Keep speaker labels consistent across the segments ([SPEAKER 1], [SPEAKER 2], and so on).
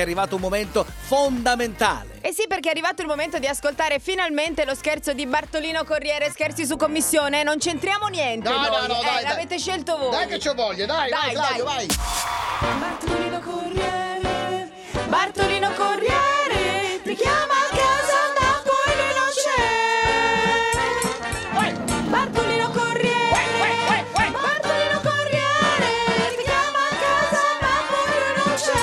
[SPEAKER 1] È arrivato un momento fondamentale.
[SPEAKER 2] Eh sì, perché è arrivato il momento di ascoltare finalmente lo scherzo di Bartolino Corriere, scherzi su commissione, non c'entriamo niente.
[SPEAKER 3] No,
[SPEAKER 2] noi.
[SPEAKER 3] no, no,
[SPEAKER 2] Eh,
[SPEAKER 3] dai, dai.
[SPEAKER 2] l'avete scelto voi.
[SPEAKER 3] Dai che c'ho voglia, dai,
[SPEAKER 2] Dai,
[SPEAKER 3] vai Claudio,
[SPEAKER 2] dai.
[SPEAKER 3] vai.
[SPEAKER 2] Bartolino Corriere, Bartolino Corriere, ti chiama a casa ma poi lui non c'è. Bartolino Corriere, Bartolino Corriere, ti chiama a casa ma poi lui non c'è.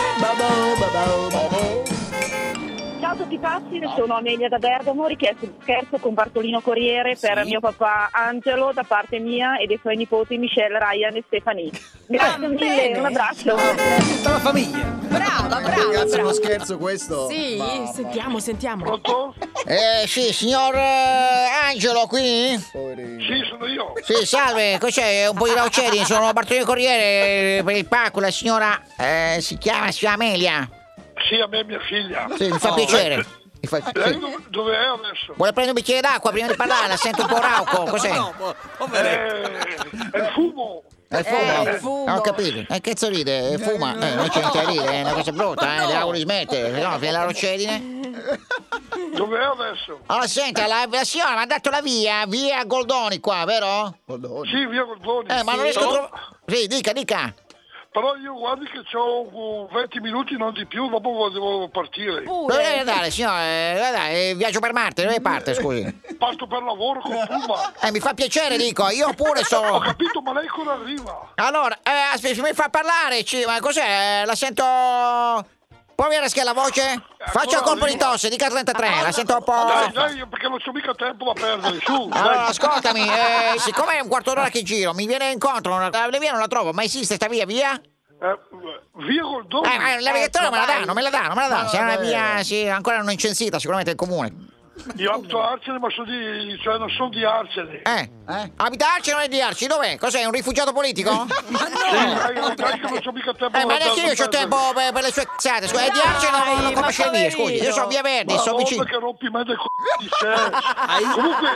[SPEAKER 4] Ciao a tutti pazzi, sono Amelia da Bergamo, richiesto di scherzo con Bartolino Corriere per mio papà Angelo da parte mia e dei suoi nipoti Michelle, Ryan e Stephanie. Grazie
[SPEAKER 2] Ah,
[SPEAKER 4] mille,
[SPEAKER 2] bene.
[SPEAKER 4] un abbraccio.
[SPEAKER 1] Tutta la famiglia.
[SPEAKER 2] Brava, brava,
[SPEAKER 3] Ragazzi,
[SPEAKER 2] brava.
[SPEAKER 3] uno scherzo questo?
[SPEAKER 2] Sì, sentiamo, sentiamo.
[SPEAKER 5] Eh sì, signor eh, Angelo qui?
[SPEAKER 3] Poverino.
[SPEAKER 6] Sì, sono io.
[SPEAKER 5] Sì, salve, cos'è? Un po' di rauceri, sono Bartolino Corriere eh, per il pacco, la signora eh, si chiama si chiama Amelia.
[SPEAKER 6] Sì, a me e mia figlia.
[SPEAKER 5] Sì, mi fa piacere. Mi fa-
[SPEAKER 6] Lei
[SPEAKER 5] sì.
[SPEAKER 6] dov- dove è adesso?
[SPEAKER 5] Vuole prendere un bicchiere d'acqua prima di parlare, la sento un po' rauco, cos'è?
[SPEAKER 1] No, po- poveretto.
[SPEAKER 6] Eh, è il fumo.
[SPEAKER 5] È il
[SPEAKER 2] Eh, il fumo.
[SPEAKER 5] fumo? Non ho capito. E che sorride? Eh, Fuma? Eh, non c'è niente da ridere, è una cosa brutta, eh, le auguro di smettere, se no fino alla rocedine.
[SPEAKER 6] Dove è adesso?
[SPEAKER 5] Allora, senta, la, la signora mi ha dato la via, via Goldoni qua, vero?
[SPEAKER 3] Madonna.
[SPEAKER 6] Sì, via Goldoni.
[SPEAKER 5] Eh, ma non riesco a
[SPEAKER 6] Però-
[SPEAKER 5] trovare... Sì, dica, dica.
[SPEAKER 6] Però io guardi che ho 20 minuti, non di più, dopo devo partire.
[SPEAKER 5] Dove deve
[SPEAKER 3] Eh,
[SPEAKER 5] andare, signore? Dove dai? Eh, Viaggio per Marte, dove parte, scusi?
[SPEAKER 6] Parto per lavoro con Puma.
[SPEAKER 5] Eh, mi fa piacere, dico, io pure
[SPEAKER 6] Ho
[SPEAKER 5] sono...
[SPEAKER 6] capito, ma lei quando arriva?
[SPEAKER 5] Allora, eh, aspetti, mi fa parlare, ci- ma cos'è? La sento... Può avere che la voce? Faccia un colpo di tosse, dica 33, la sento un
[SPEAKER 6] Dai,
[SPEAKER 5] po'...
[SPEAKER 6] dai, io perché non c'ho mica tempo da perdere, su.
[SPEAKER 5] Allora,
[SPEAKER 6] dai.
[SPEAKER 5] ascoltami, eh, siccome è un quarto d'ora che giro, mi viene incontro, una- la via non la trovo, ma esiste sta via, via?
[SPEAKER 6] Eh, via Goldoni.
[SPEAKER 5] Eh, ma la vegliatore me la danno, me la danno, me la danno, se è una
[SPEAKER 3] dai.
[SPEAKER 5] via, sì, ancora non incensita, sicuramente il comune.
[SPEAKER 6] Eh, Io abito a Arcene, ma sono di, cioè, non sono di Arcene.
[SPEAKER 5] Eh,
[SPEAKER 3] Eh?
[SPEAKER 5] abita Arci o non è di Arci? Dov'è? Cos'è, un rifugiato politico?
[SPEAKER 6] Sì, dai, dai, che non c'ho mica tempo
[SPEAKER 5] Eh, ma
[SPEAKER 6] da
[SPEAKER 5] neanche io
[SPEAKER 6] da
[SPEAKER 5] ho
[SPEAKER 6] perdere.
[SPEAKER 5] tempo per, per le sue cazzate. Scusa, e di Arce non,
[SPEAKER 2] Dai,
[SPEAKER 5] non
[SPEAKER 2] ma
[SPEAKER 5] conosce le vie, scusi. Io
[SPEAKER 2] poverino.
[SPEAKER 5] sono via Verdi,
[SPEAKER 6] Ma
[SPEAKER 5] sono
[SPEAKER 6] no,
[SPEAKER 5] vicino.
[SPEAKER 6] perché rompi me del c***o di sé. Comunque,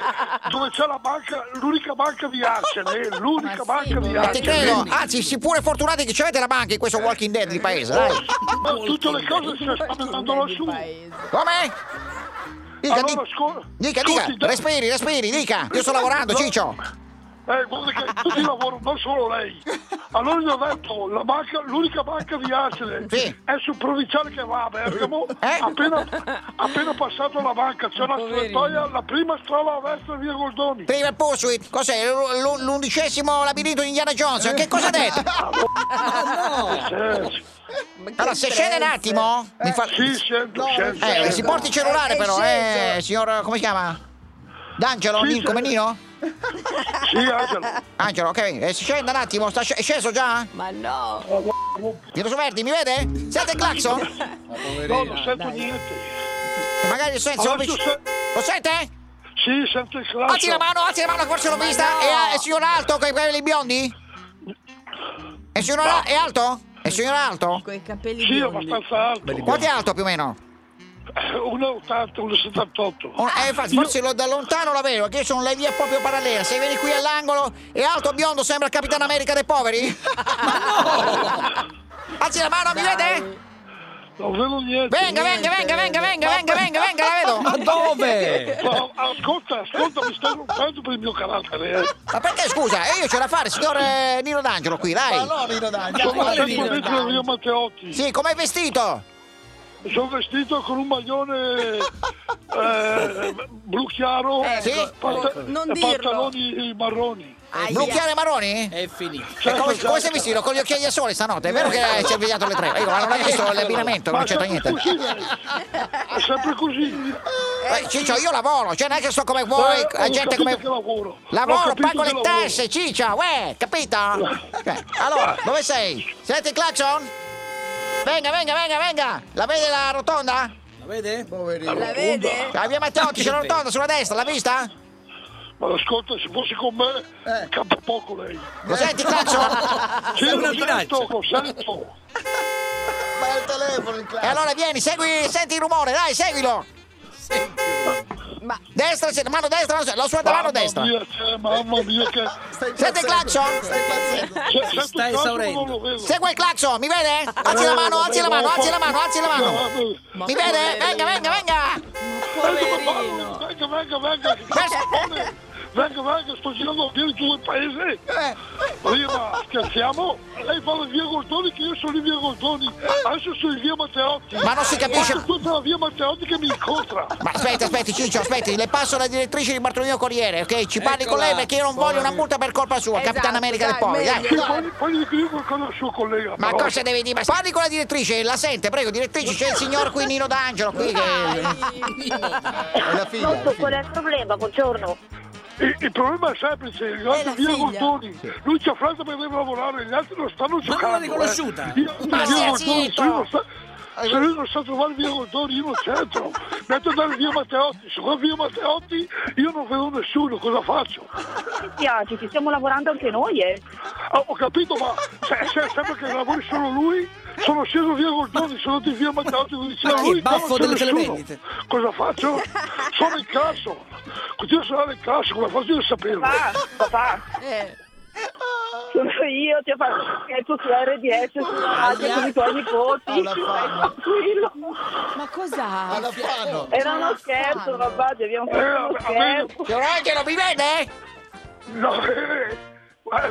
[SPEAKER 6] dove c'è la banca, l'unica banca di Arcene, l'unica banca di
[SPEAKER 5] Ti
[SPEAKER 6] Arcene.
[SPEAKER 5] credo, anzi, si pure fortunati che ci avete la banca in questo Walking Dead di paese, dai.
[SPEAKER 6] Ma tutte le cose si stanno andando lassù.
[SPEAKER 5] Come? Dica,
[SPEAKER 6] Allora,
[SPEAKER 5] dica,
[SPEAKER 6] scusa.
[SPEAKER 5] dica, dica, respiri, respiri, dica. Io sto lavorando, Ciccio.
[SPEAKER 6] Eh, guarda che tutti lavorano, non solo lei. Allora gli ho detto, la banca, l'unica banca di Arcene
[SPEAKER 5] Sì. Eh?
[SPEAKER 6] è sul provinciale che va a Bergamo. Appena, appena passato la banca c'è una strettoia, la prima strada a destra via Goldoni.
[SPEAKER 5] Prima Pursuit, cos'è? L'u- l'u- L'undicesimo labirinto di Indiana Jones. Che cosa ha detto?
[SPEAKER 6] Eh,
[SPEAKER 5] Allora, se scende un attimo, mi fa.
[SPEAKER 6] sì, scendo, scendo.
[SPEAKER 5] Eh,
[SPEAKER 6] scendo.
[SPEAKER 5] si porti il cellulare, però, eh, signor. Come si chiama? D'Angelo?
[SPEAKER 6] Sì,
[SPEAKER 5] Di- Come
[SPEAKER 6] sì.
[SPEAKER 5] Nino?
[SPEAKER 6] Sì, Angelo.
[SPEAKER 5] Angelo, ok, eh, si scende un attimo, sta sc- è sceso già?
[SPEAKER 2] Ma no!
[SPEAKER 5] Pietro Verdi, mi vede? Sente il clacson?
[SPEAKER 6] No, non sento niente.
[SPEAKER 5] Magari il senso
[SPEAKER 6] Adesso se-
[SPEAKER 5] Lo sente?
[SPEAKER 6] Sì, sento il classo.
[SPEAKER 5] Alzi la mano, alzi la mano, forse l'ho vista. È, è il signor alto con i capelli biondi? È il signor al- è alto? È il signor alto?
[SPEAKER 2] Con i capelli
[SPEAKER 6] Sì, Eh, abbastanza alto.
[SPEAKER 5] Quanto è alto più o meno?
[SPEAKER 6] 1,80, 1,78.
[SPEAKER 5] Un- eh, infatti, forse lo- da lontano la vedo, che io sono le vie proprio parallele. Se vieni qui all'angolo è alto biondo, sembra il Capitano America dei poveri. Ma no! Alzi la mano, mi vede?
[SPEAKER 6] Non vedo niente.
[SPEAKER 5] Venga, venga, venga, venga, venga, venga, venga, venga, la vedo.
[SPEAKER 1] Ma dove?
[SPEAKER 6] No, ascolta, ascolta, mi stai rompendo per il mio carattere. eh.
[SPEAKER 5] Ma perché scusa? E io ce la fare, signor eh, Nino D'Angelo qui,
[SPEAKER 3] Ma
[SPEAKER 5] dai.
[SPEAKER 3] no, Nino Dai,
[SPEAKER 6] Sono
[SPEAKER 3] dai,
[SPEAKER 6] sempre
[SPEAKER 3] Nino Dai.
[SPEAKER 6] dentro Rio Matteotti.
[SPEAKER 5] Sì, com'è vestito?
[SPEAKER 6] Sono vestito con un maglione eh, blu chiaro
[SPEAKER 5] Eh, sì.
[SPEAKER 6] pant-
[SPEAKER 2] Non
[SPEAKER 6] e
[SPEAKER 2] dirlo.
[SPEAKER 6] pantaloni marroni.
[SPEAKER 5] Blu chiaro e
[SPEAKER 6] Eh,
[SPEAKER 5] maroni?
[SPEAKER 1] È finito.
[SPEAKER 5] E come, come sei vestito? Con gli occhiali a sole stanotte? È vero che ci è svegliato alle tre? Io, ma non hai visto l'abbinamento, non
[SPEAKER 6] Eh. Ma è
[SPEAKER 5] c'entra
[SPEAKER 6] sempre
[SPEAKER 5] niente.
[SPEAKER 6] così, lei. È sempre così.
[SPEAKER 5] Eh, Ciccio, io lavoro, cioè non è che sto come voi,
[SPEAKER 6] Eh,
[SPEAKER 5] la
[SPEAKER 6] ho
[SPEAKER 5] gente
[SPEAKER 6] capito
[SPEAKER 5] come.
[SPEAKER 6] che lavoro. Ho
[SPEAKER 5] Lavoro,
[SPEAKER 6] capito
[SPEAKER 5] pago
[SPEAKER 6] che
[SPEAKER 5] le
[SPEAKER 6] lavoro.
[SPEAKER 5] tasse, Ciccio, uè, capito? Eh, Allora, dove sei? Senti il clacson? Venga, venga, venga, venga! La vede la rotonda?
[SPEAKER 1] La vede?
[SPEAKER 3] Poverino.
[SPEAKER 2] La vede?
[SPEAKER 5] La via Matteotti c'è la rotonda sulla destra, l'ha vista?
[SPEAKER 6] Ma ascolta, se fosse con me,
[SPEAKER 5] Eh.
[SPEAKER 6] campa poco lei. Cioè,
[SPEAKER 5] Lo senti il clacson?
[SPEAKER 6] Sì,
[SPEAKER 1] una
[SPEAKER 6] lo
[SPEAKER 1] minaccia.
[SPEAKER 6] sento, lo sento.
[SPEAKER 3] Ma è il telefono in
[SPEAKER 5] E
[SPEAKER 3] classe.
[SPEAKER 5] allora vieni, segui, senti il rumore, dai, seguilo!
[SPEAKER 1] Senti.
[SPEAKER 5] Destra, se- mano destra, la sua la sua- mano
[SPEAKER 6] Mamma
[SPEAKER 5] destra.
[SPEAKER 6] mia, cioè, mamma mia, che, Cioè,
[SPEAKER 3] Stai
[SPEAKER 5] Senti il
[SPEAKER 3] impazzendo,
[SPEAKER 5] clacson?
[SPEAKER 3] Stai impazzendo.
[SPEAKER 6] Se,
[SPEAKER 1] Sta
[SPEAKER 6] se tu cazzo
[SPEAKER 1] esaurendo.
[SPEAKER 6] non lo vedo.
[SPEAKER 5] Segue il clacson, mi vede? Alzi la mano, alzi la mano, alzi la mano, alzi la mano.
[SPEAKER 6] mano.
[SPEAKER 5] Mi vede? Venga, venga, venga.
[SPEAKER 2] Poverino.
[SPEAKER 6] Venga, venga, venga. che cazzone. Venga, venga, sto girando via in tutto il paese.
[SPEAKER 5] Eh.
[SPEAKER 6] Prima scherziamo, lei fa la via Goldoni che io sono in via Goldoni. Adesso sono in via Matteotti.
[SPEAKER 5] Ma non si capisce-
[SPEAKER 6] È tutta la via Matteotti che mi incontra.
[SPEAKER 5] Ma aspetti, aspetti, Ciccio, aspetti, le passo la direttrice di Bartolomeo Corriere, ok? Ci parli con
[SPEAKER 1] Eccola,
[SPEAKER 5] lei perché io non voglio una
[SPEAKER 1] poverino.
[SPEAKER 5] multa per colpa sua,
[SPEAKER 2] Esatto,
[SPEAKER 5] Capitano America del
[SPEAKER 2] dai,
[SPEAKER 5] Poveri,
[SPEAKER 2] meglio.
[SPEAKER 5] dai.
[SPEAKER 6] Sì, Poi, poi gli dico qualcosa al suo collega.
[SPEAKER 5] Ma
[SPEAKER 6] però.
[SPEAKER 5] cosa deve dire? Ma Parli con la direttrice, la sente, prego, direttrice, c'è il signor qui Nino D'Angelo qui che...
[SPEAKER 3] È la figlia. è la figlia.
[SPEAKER 4] il problema? Buongiorno.
[SPEAKER 6] Il, il problema è semplice, il grande
[SPEAKER 2] la
[SPEAKER 6] via
[SPEAKER 2] figlia.
[SPEAKER 6] Goldoni. Lui ci ha freddo per deve lavorare, gli altri non stanno giocando.
[SPEAKER 1] l'ha riconosciuta?
[SPEAKER 6] eh. Io-
[SPEAKER 5] Ma
[SPEAKER 6] Via
[SPEAKER 5] stia
[SPEAKER 6] Goldoni,
[SPEAKER 5] zitto!
[SPEAKER 6] se io non sta- Se lui non sa trovare via Goldoni, io non c'entro. Metto dare via Matteotti, se va via Matteotti io non vedo nessuno, cosa faccio?
[SPEAKER 4] Ti piace, ci stiamo lavorando anche noi, eh.
[SPEAKER 6] Ah, ho capito, ma se, se è sempre che lavori solo lui, sono sceso via Goldoni, sono andato via Matteotti, come
[SPEAKER 1] Ma
[SPEAKER 6] diceva
[SPEAKER 1] chi,
[SPEAKER 6] lui,
[SPEAKER 1] il baffo
[SPEAKER 6] ma non
[SPEAKER 1] delle
[SPEAKER 6] c'è nessuno.
[SPEAKER 1] televendite?
[SPEAKER 6] Cosa faccio? Sono in casso. Continuo a suonare in casso, come faccio io a saperlo?
[SPEAKER 4] Papà, papà,
[SPEAKER 2] Eh,
[SPEAKER 4] sono io, ti ho fatto un scherzo su RDS, su radio, con i tuoi nipoti.
[SPEAKER 3] Alla fama.
[SPEAKER 4] Stai tranquillo.
[SPEAKER 2] ma cos'ha?
[SPEAKER 3] Alla Fano.
[SPEAKER 4] Era uno scherzo, papà, ti abbiamo
[SPEAKER 6] Eh,
[SPEAKER 4] fatto
[SPEAKER 6] a-
[SPEAKER 4] uno
[SPEAKER 6] a me-
[SPEAKER 4] scherzo.
[SPEAKER 5] Signor Angelo, mi vede?
[SPEAKER 6] No, eh, eh,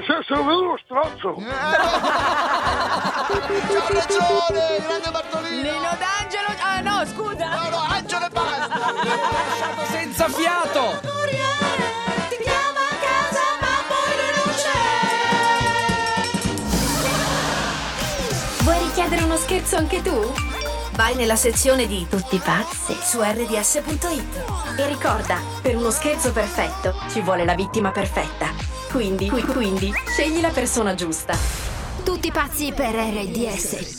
[SPEAKER 6] se, se lo vedo uno stronzo.
[SPEAKER 3] C'ha ragione, grande Bartolino.
[SPEAKER 2] Nino D'Angelo. Ah, no, scusa.
[SPEAKER 3] No, no, Angelo e basta.
[SPEAKER 1] Senza fiato!
[SPEAKER 2] Corriere, ti chiama a casa, ma poi lui non c'è.
[SPEAKER 7] Vuoi richiedere uno scherzo anche tu?
[SPEAKER 8] Vai nella sezione di
[SPEAKER 7] Tutti pazzi.
[SPEAKER 8] su rds.it e ricorda, per uno scherzo perfetto ci vuole la vittima perfetta. Quindi, qui- quindi, scegli la persona giusta.
[SPEAKER 7] Tutti pazzi per RDS.